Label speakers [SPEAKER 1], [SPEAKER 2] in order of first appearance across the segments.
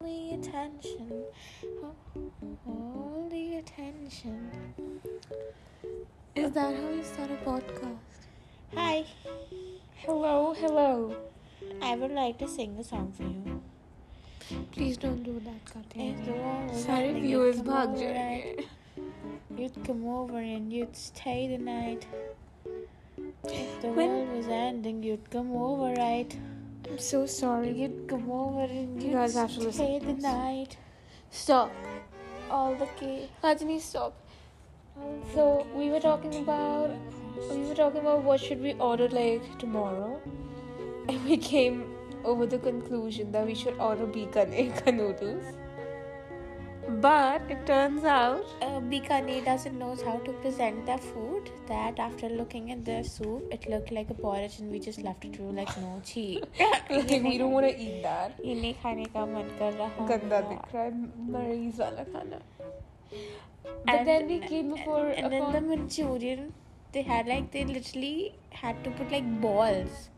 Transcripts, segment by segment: [SPEAKER 1] the attention, all the attention.
[SPEAKER 2] Is that how you start a podcast?
[SPEAKER 1] Hi,
[SPEAKER 2] Hello, hello.
[SPEAKER 1] I would like to sing a song for you.
[SPEAKER 2] Please don't do that,
[SPEAKER 1] If
[SPEAKER 2] Katya.
[SPEAKER 1] the world was
[SPEAKER 2] सारे
[SPEAKER 1] ending,
[SPEAKER 2] viewers
[SPEAKER 1] you'd come
[SPEAKER 2] भाग
[SPEAKER 1] over, right?
[SPEAKER 2] जाएंगे
[SPEAKER 1] You'd come over and you'd stay the night. If the
[SPEAKER 2] When-
[SPEAKER 1] world was ending, you'd come over, right?
[SPEAKER 2] I'm so sorry.
[SPEAKER 1] You'd come over and
[SPEAKER 2] You
[SPEAKER 1] you'd
[SPEAKER 2] guys have to listen
[SPEAKER 1] stay
[SPEAKER 2] to
[SPEAKER 1] the
[SPEAKER 2] this.
[SPEAKER 1] night.
[SPEAKER 2] Stop.
[SPEAKER 1] All the key.
[SPEAKER 2] Rajni, stop. So we were talking about we were talking about what should we order like tomorrow, and we came over the conclusion that we should order beaker egg noodles. But it turns out
[SPEAKER 1] Uh, Bikani doesn't know how to present their food. That after looking at their soup, it looked like a porridge, and we just left it. We were like, no, gee.
[SPEAKER 2] like we don't want to eat that.
[SPEAKER 1] इन्हें खाने का मन कर रहा
[SPEAKER 2] गंदा
[SPEAKER 1] मेरा।
[SPEAKER 2] दिख रहा है मरीज वाला खाना But
[SPEAKER 1] And-
[SPEAKER 2] then we came before
[SPEAKER 1] And, and then the Manchurian, they had like they literally had to put like balls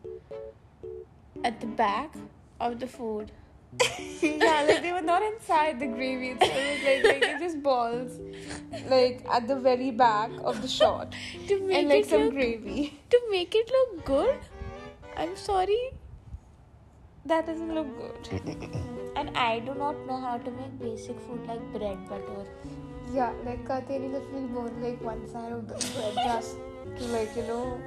[SPEAKER 1] at the back of the food.
[SPEAKER 2] yeah, like they were not inside the gravy. It's always like like it just balls, like at the very back of the shot,
[SPEAKER 1] To make
[SPEAKER 2] and like
[SPEAKER 1] it
[SPEAKER 2] some
[SPEAKER 1] look
[SPEAKER 2] gravy.
[SPEAKER 1] to make it look good. I'm sorry.
[SPEAKER 2] That doesn't look good.
[SPEAKER 1] And I do not know how to make basic food like bread butter.
[SPEAKER 2] Yeah, like uh, Kateri literally burned like one side of the bread just to like you know,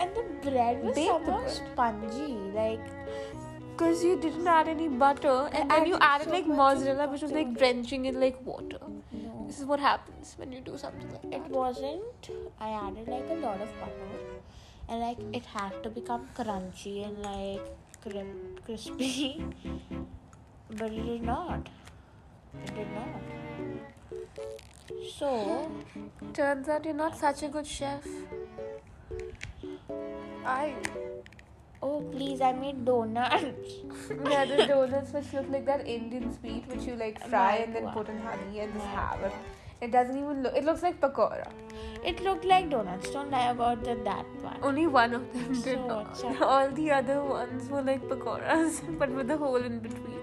[SPEAKER 1] And the bread was
[SPEAKER 2] Bake the
[SPEAKER 1] somehow
[SPEAKER 2] bread.
[SPEAKER 1] spongy. Like
[SPEAKER 2] cause you didn't add any butter, and, and you added like mozzarella, which was like drenching in like water.
[SPEAKER 1] no,
[SPEAKER 2] This is what happens when you do something like
[SPEAKER 1] it
[SPEAKER 2] that.
[SPEAKER 1] wasn't. I added like a lot of butter, and like it had to become crunchy and like crim- crispy. but it did not. It did not. So
[SPEAKER 2] Turns out you're not such a good chef. I
[SPEAKER 1] oh please, I made donuts.
[SPEAKER 2] Yeah, the donuts which look like that Indian sweet which you like fry and then
[SPEAKER 1] Malpua.
[SPEAKER 2] put in honey and just
[SPEAKER 1] Malpua.
[SPEAKER 2] have it. It doesn't even look. It looks like pakora.
[SPEAKER 1] It looked like donuts. Don't lie about the, that one.
[SPEAKER 2] Only one of them did
[SPEAKER 1] So
[SPEAKER 2] not.
[SPEAKER 1] sad.
[SPEAKER 2] All the other ones were like pakoras, but with a hole in between.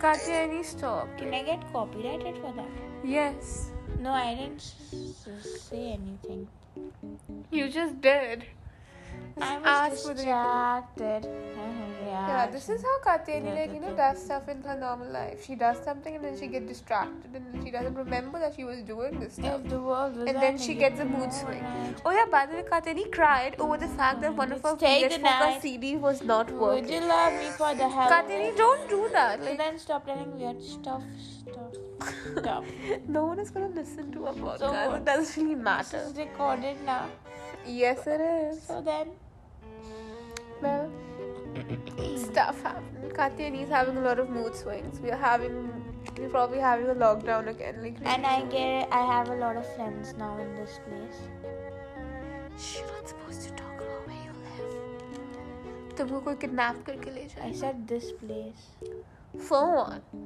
[SPEAKER 2] Katya, any stop?
[SPEAKER 1] Can I get copyrighted for that?
[SPEAKER 2] Yes,
[SPEAKER 1] No, I didn't s- s- say anything.
[SPEAKER 2] you just did.
[SPEAKER 1] I was
[SPEAKER 2] Ask for the-
[SPEAKER 1] distracted.
[SPEAKER 2] Yeah, this is how Katyani like you know does stuff in her normal life. She does something and then she gets distracted and she doesn't remember that she was doing this stuff.
[SPEAKER 1] If the world was
[SPEAKER 2] And then
[SPEAKER 1] ending,
[SPEAKER 2] she gets a
[SPEAKER 1] you
[SPEAKER 2] mood
[SPEAKER 1] know,
[SPEAKER 2] swing.
[SPEAKER 1] right?
[SPEAKER 2] Oh yeah, by the way, Kateni cried over the fact that one of her
[SPEAKER 1] Stay the
[SPEAKER 2] PS4
[SPEAKER 1] night.
[SPEAKER 2] CD was not
[SPEAKER 1] Would
[SPEAKER 2] working.
[SPEAKER 1] you love me for the hell? of
[SPEAKER 2] Kateni,
[SPEAKER 1] it?
[SPEAKER 2] don't do that.
[SPEAKER 1] So
[SPEAKER 2] Like,
[SPEAKER 1] then stop telling weird stuff, stuff, stuff.
[SPEAKER 2] no one is gonna listen to our podcast.
[SPEAKER 1] So-
[SPEAKER 2] it doesn't really
[SPEAKER 1] This
[SPEAKER 2] matter.
[SPEAKER 1] is recorded now.
[SPEAKER 2] Yes, it is.
[SPEAKER 1] So then,
[SPEAKER 2] Well, stuff happened. Kateni is having a lot of mood swings. We are having, we're probably having a lockdown again. Like,
[SPEAKER 1] and I get, I have a lot of friends now in this place.
[SPEAKER 2] Shh, you're not supposed to talk about where you live. तुमको कोई kidnap करके ले
[SPEAKER 1] I
[SPEAKER 2] जाए.
[SPEAKER 1] said this place.
[SPEAKER 2] For what?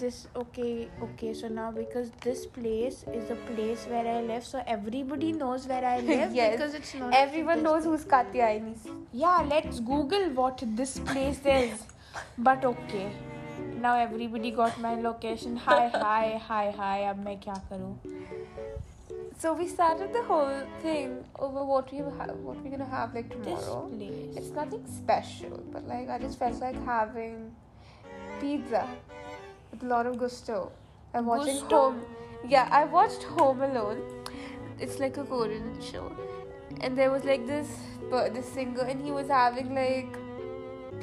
[SPEAKER 1] this okay okay so now because this place is a place where i live so everybody knows where i live
[SPEAKER 2] Yes.
[SPEAKER 1] because it's not
[SPEAKER 2] Everyone
[SPEAKER 1] this-
[SPEAKER 2] knows who's Katyani.
[SPEAKER 1] yeah let's google what this place is but okay now everybody got my location hi hi hi hi अब मैं क्या करूं
[SPEAKER 2] So we started the whole thing over what we have, what we're gonna have like
[SPEAKER 1] this
[SPEAKER 2] tomorrow.
[SPEAKER 1] place
[SPEAKER 2] It's nothing special, but like I just felt like having pizza with a lot of gusto. I'm watching
[SPEAKER 1] Gusto?
[SPEAKER 2] Home. Yeah, I watched Home Alone. It's like a Korean show, and there was like this per- this singer, and he was having like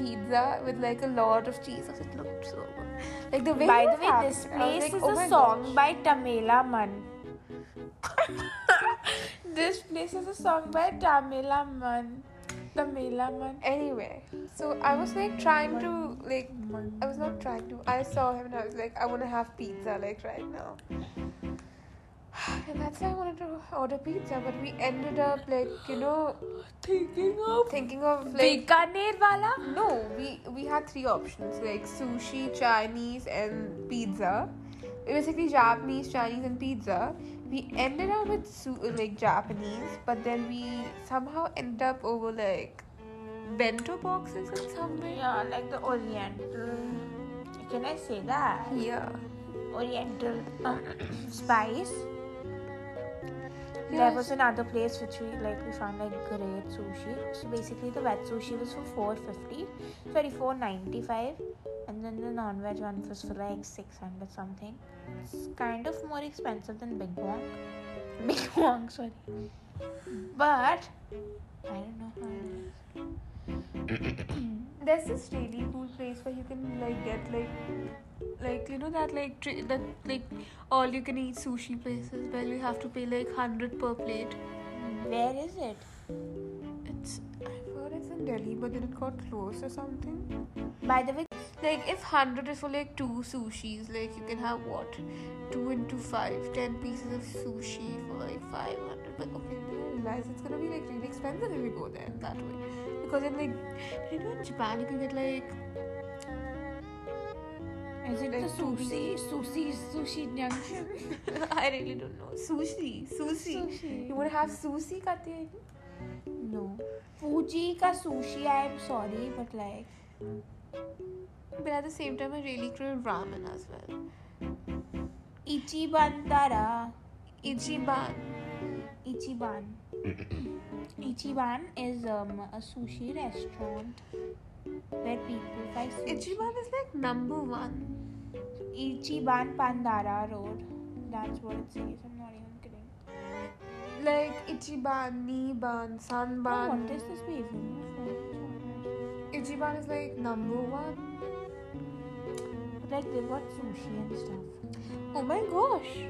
[SPEAKER 2] pizza with like a lot of cheese. It looked so good. Like the way.
[SPEAKER 1] by
[SPEAKER 2] he
[SPEAKER 1] the
[SPEAKER 2] was
[SPEAKER 1] way
[SPEAKER 2] having
[SPEAKER 1] this
[SPEAKER 2] it, I was
[SPEAKER 1] place
[SPEAKER 2] like,
[SPEAKER 1] is
[SPEAKER 2] "Oh
[SPEAKER 1] a
[SPEAKER 2] my
[SPEAKER 1] song
[SPEAKER 2] gosh."
[SPEAKER 1] by Tamela Man this place is a song by Tamela Man Tamela Man
[SPEAKER 2] Anyway, so I was like trying to like I was not trying to. I saw him and I was like, I want to have pizza like right now. And that's why I wanted to order pizza, but we ended up like you know
[SPEAKER 1] thinking of
[SPEAKER 2] thinking of like
[SPEAKER 1] Bikaner वाला
[SPEAKER 2] no, we we had three options like sushi, Chinese, and pizza. Basically, Japanese, Chinese, and pizza. We ended up with su- like Japanese, but then we somehow ended up over like bento boxes in some way.
[SPEAKER 1] Yeah, like the oriental. Can I say that?
[SPEAKER 2] Yeah.
[SPEAKER 1] Oriental uh, spice. There
[SPEAKER 2] Yes.
[SPEAKER 1] was another place which we like we found like great sushi. So basically the wet sushi was for four fifty, sorry four ninety five, and then the non veg one was for like six hundred something. It's kind of more expensive than Big Wong. Big Wong, sorry. But I don't know how it is.
[SPEAKER 2] There's this really cool place where you can like get like like you know that like tri- that like all you can eat sushi places where you have to pay like hundred per plate.
[SPEAKER 1] Where is it?
[SPEAKER 2] It's I forgot it's in Delhi, but then it got closed or something.
[SPEAKER 1] By the way,
[SPEAKER 2] Like if hundred is for like two sushis, like you can have what two into five, ten pieces of sushi for like five hundred. But okay, then I realize it's gonna be like really expensive if you go there that way, because in like you know in Japan you can get like
[SPEAKER 1] is it the
[SPEAKER 2] Like
[SPEAKER 1] sushi? Sushi, sushi junction.
[SPEAKER 2] I really don't know. Sushi. Sushi. You
[SPEAKER 1] Sushi.
[SPEAKER 2] want to have sushi, Katya?
[SPEAKER 1] No. Fuji ka sushi, I'm sorry, but like.
[SPEAKER 2] But at the same time, I really crave ramen as well.
[SPEAKER 1] Ichiban Tara.
[SPEAKER 2] Ichiban.
[SPEAKER 1] Ichiban. Ichiban is um, a sushi restaurant where people buy sushi.
[SPEAKER 2] Ichiban is like number one.
[SPEAKER 1] Ichiban Pandara Road. That's what it says. I'm not even kidding.
[SPEAKER 2] Like Ichiban, Niban,
[SPEAKER 1] Oh,
[SPEAKER 2] Sanban.
[SPEAKER 1] what is this behavior?
[SPEAKER 2] Oh. Ichiban is like number one.
[SPEAKER 1] Like they've got sushi and stuff.
[SPEAKER 2] Oh my gosh.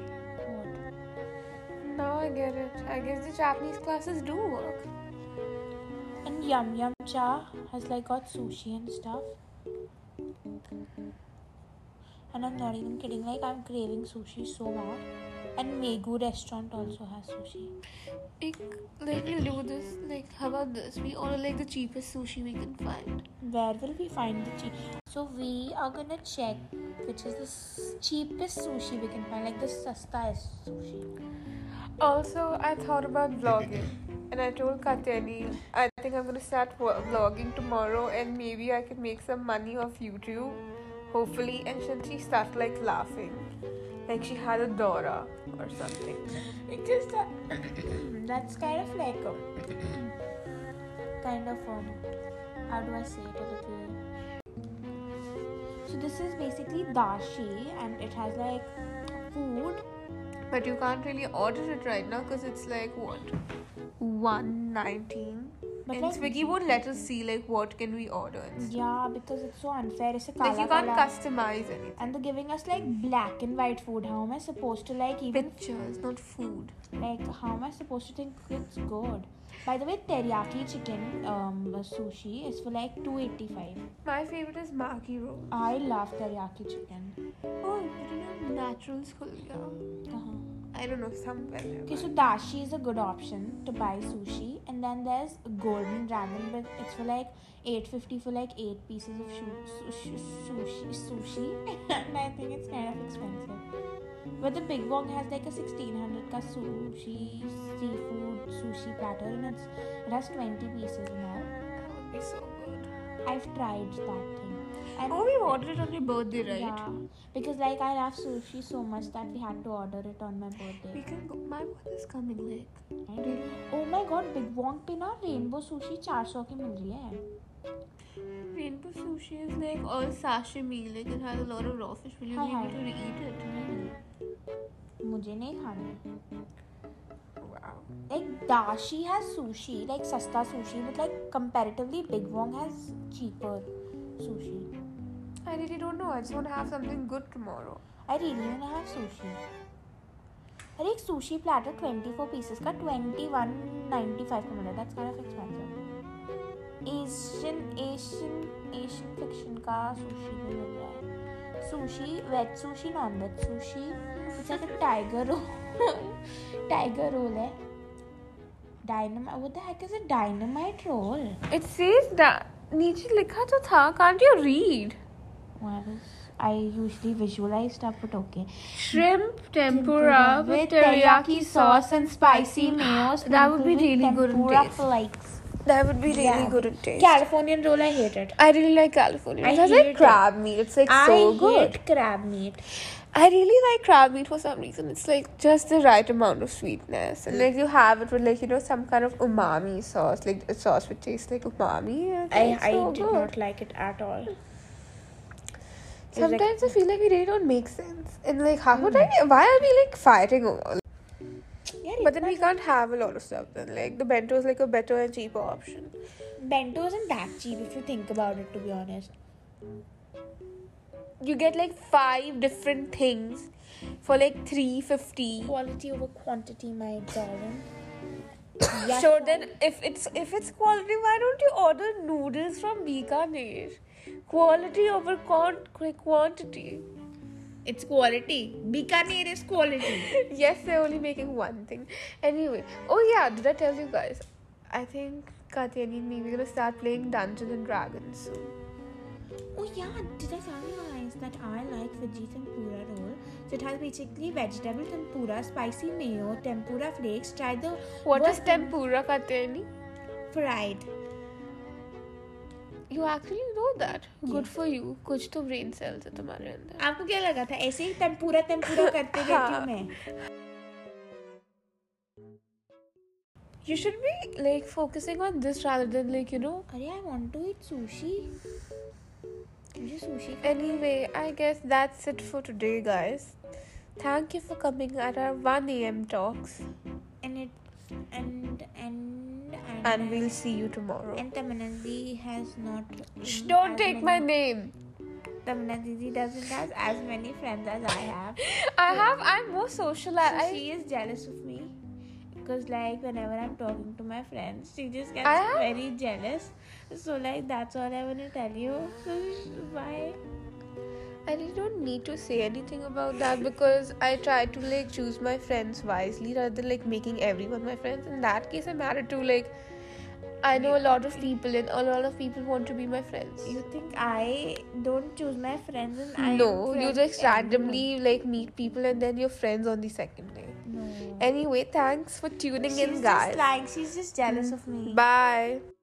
[SPEAKER 1] What?
[SPEAKER 2] Now I get it. I guess the Japanese classes do work.
[SPEAKER 1] And Yum Yum Cha has like got sushi and stuff. And I'm not even kidding. Like I'm craving sushi so much. And Megu restaurant also has sushi.
[SPEAKER 2] Like, like we'll do this. Like, how about this? We order like the cheapest sushi we can find.
[SPEAKER 1] Where will we find the cheap? So we are gonna check which is the s- cheapest sushi we can find, like the sastaest sushi.
[SPEAKER 2] Also, I thought about vlogging, and I told Katyani, I think I'm gonna start wo- vlogging tomorrow, and maybe I can make some money off YouTube, hopefully. And then she started like laughing, like she had a Dora or something.
[SPEAKER 1] It just Mm, that's kind of like a kind of um how do I say it a little. So this is basically dashi, and it has like food.
[SPEAKER 2] But you can't really order it right now because it's like what, one nineteen.
[SPEAKER 1] But
[SPEAKER 2] And
[SPEAKER 1] like-
[SPEAKER 2] Swiggy won't let us see like what can we order. And
[SPEAKER 1] Yeah, because it's so unfair. It's a
[SPEAKER 2] like you
[SPEAKER 1] kala
[SPEAKER 2] can't
[SPEAKER 1] kala.
[SPEAKER 2] customize anything.
[SPEAKER 1] And they're giving us like black and white food. How am I supposed to like even
[SPEAKER 2] Pictures, not food.
[SPEAKER 1] Like, how am I supposed to think it's good? By the way, teriyaki chicken um, sushi is for like 285
[SPEAKER 2] My favorite is Maki roll.
[SPEAKER 1] I love teriyaki chicken.
[SPEAKER 2] Oh, but you know, natural school,
[SPEAKER 1] Uh-huh.
[SPEAKER 2] I don't know, somewhere.
[SPEAKER 1] Okay, so dashi is a good option to buy sushi. And then there's golden dragon, but it's for like 850 for like 8 pieces of shu- su- su- sushi. sushi. and I think it's kind of expensive. But the Big Wong has like a 1600 ka sushi, seafood, sushi platter, and it's, it has 20 pieces and all.
[SPEAKER 2] That would be so good.
[SPEAKER 1] I've tried that thing. And
[SPEAKER 2] Oh, we ordered it on your birthday, right?
[SPEAKER 1] Yeah, because like I love sushi so much that we had to order it on my
[SPEAKER 2] We
[SPEAKER 1] birthday.
[SPEAKER 2] can go. My birthday's coming, like.
[SPEAKER 1] I don't- Oh my god, Big Wong पे ना rainbow sushi 400 की मिल रही है
[SPEAKER 2] Rainbow sushi is like all sashimi, like it has a lot of raw fish. Will you
[SPEAKER 1] Hi,
[SPEAKER 2] be
[SPEAKER 1] hi.
[SPEAKER 2] able to eat it?
[SPEAKER 1] नहीं, नहीं, मुझे नहीं खानी
[SPEAKER 2] Wow.
[SPEAKER 1] like dashi has sushi like सस्ता sushi but like comparatively Big Wong has cheaper sushi
[SPEAKER 2] I really don't know. I just want to have something good tomorrow.
[SPEAKER 1] I really want to have sushi. अरे एक sushi platter 24 pieces का 21.95 का मिला that's kind of expensive. Asian Asian Asian fiction का sushi भी मिल रहा है. Sushi veg sushi non veg sushi it's like a tiger roll tiger roll है. Dynamite what the heck is a dynamite roll?
[SPEAKER 2] It says that. नीचे लिखा तो था can't you read
[SPEAKER 1] I was I usually visualize stuff but okay.
[SPEAKER 2] shrimp
[SPEAKER 1] tempura
[SPEAKER 2] tempura
[SPEAKER 1] with teriyaki sauce and spicy mayo.
[SPEAKER 2] That would be
[SPEAKER 1] sprinkled with
[SPEAKER 2] really good in
[SPEAKER 1] tempura
[SPEAKER 2] taste.
[SPEAKER 1] flakes.
[SPEAKER 2] That would be really
[SPEAKER 1] Yeah.
[SPEAKER 2] good at taste.
[SPEAKER 1] Californian roll, I hate it.
[SPEAKER 2] I really like California.
[SPEAKER 1] I
[SPEAKER 2] It has
[SPEAKER 1] hate
[SPEAKER 2] like
[SPEAKER 1] it.
[SPEAKER 2] crab meat. It's like
[SPEAKER 1] I
[SPEAKER 2] so
[SPEAKER 1] hate
[SPEAKER 2] good.
[SPEAKER 1] crab meat.
[SPEAKER 2] I really like crab meat for some reason. It's like just the right amount of sweetness. And like you have it with like, you know, some kind of umami sauce. Like a sauce which tastes like umami. and
[SPEAKER 1] I,
[SPEAKER 2] it's
[SPEAKER 1] I
[SPEAKER 2] so
[SPEAKER 1] did
[SPEAKER 2] good.
[SPEAKER 1] not like it at all. It's like-
[SPEAKER 2] Sometimes I feel like we really don't make sense. And like how would
[SPEAKER 1] Hmm.
[SPEAKER 2] I why are we like fighting over
[SPEAKER 1] Yeah,
[SPEAKER 2] but then we can't have a lot of stuff then. Like the bento is like a better and cheaper option.
[SPEAKER 1] bento isn't that cheap if you think about it. To be honest,
[SPEAKER 2] You get like five different things for like three fifty.
[SPEAKER 1] quality over quantity, my darling.
[SPEAKER 2] So then, if it's if it's quality, why don't you order noodles from Bikaner? Quality over con- qu- quantity.
[SPEAKER 1] it's quality. Bikaner is quality.
[SPEAKER 2] yes, they're only making one thing. Anyway, oh yeah, did I tell you guys? I think Katyani and me we're gonna start playing Dungeons and Dragons soon.
[SPEAKER 1] Oh yeah, did I tell you guys that I like Veggie Tempura roll? So it has basically vegetable tempura, spicy mayo, tempura flakes. Try the
[SPEAKER 2] What is
[SPEAKER 1] What-
[SPEAKER 2] tempura, Katyani?
[SPEAKER 1] fried.
[SPEAKER 2] You actually know that. Good
[SPEAKER 1] Yes.
[SPEAKER 2] for you. कुछ तो brain cells है तुम्हारे अंदर.
[SPEAKER 1] आपको क्या लगा था ऐसे ही tempura tempura करते रहती
[SPEAKER 2] हाँ।
[SPEAKER 1] हूँ मैं
[SPEAKER 2] You should be like focusing on this rather than like you know
[SPEAKER 1] अरे I want to eat sushi मुझे sushi
[SPEAKER 2] Anyway, I guess that's it for today, guys. Thank you for coming at our 1 a.m. talks,
[SPEAKER 1] and it and and and
[SPEAKER 2] and we'll see you tomorrow.
[SPEAKER 1] and Tamana Didi has not
[SPEAKER 2] Shh,
[SPEAKER 1] mm,
[SPEAKER 2] don't
[SPEAKER 1] as
[SPEAKER 2] take my
[SPEAKER 1] many-
[SPEAKER 2] name.
[SPEAKER 1] Tamana Didi doesn't have as many friends as I have
[SPEAKER 2] I have, I'm more social. I,
[SPEAKER 1] so
[SPEAKER 2] I,
[SPEAKER 1] she is jealous of me because like whenever I'm talking to my friends she just gets
[SPEAKER 2] I have-
[SPEAKER 1] very jealous so like that's all I want to tell you so why
[SPEAKER 2] I really don't need to say anything about that because I try to like choose my friends wisely rather than like making everyone my friends. In that case, I'm married to like, I know a lot of people, and a lot of people want to be my friends.
[SPEAKER 1] you think I don't choose my friends and I
[SPEAKER 2] No, you
[SPEAKER 1] friends with
[SPEAKER 2] just
[SPEAKER 1] everyone?
[SPEAKER 2] randomly like meet people, and then you're friends on the second day.
[SPEAKER 1] no
[SPEAKER 2] Anyway, thanks for tuning
[SPEAKER 1] she's
[SPEAKER 2] in,
[SPEAKER 1] just
[SPEAKER 2] guys.
[SPEAKER 1] like she's just jealous of me
[SPEAKER 2] Bye.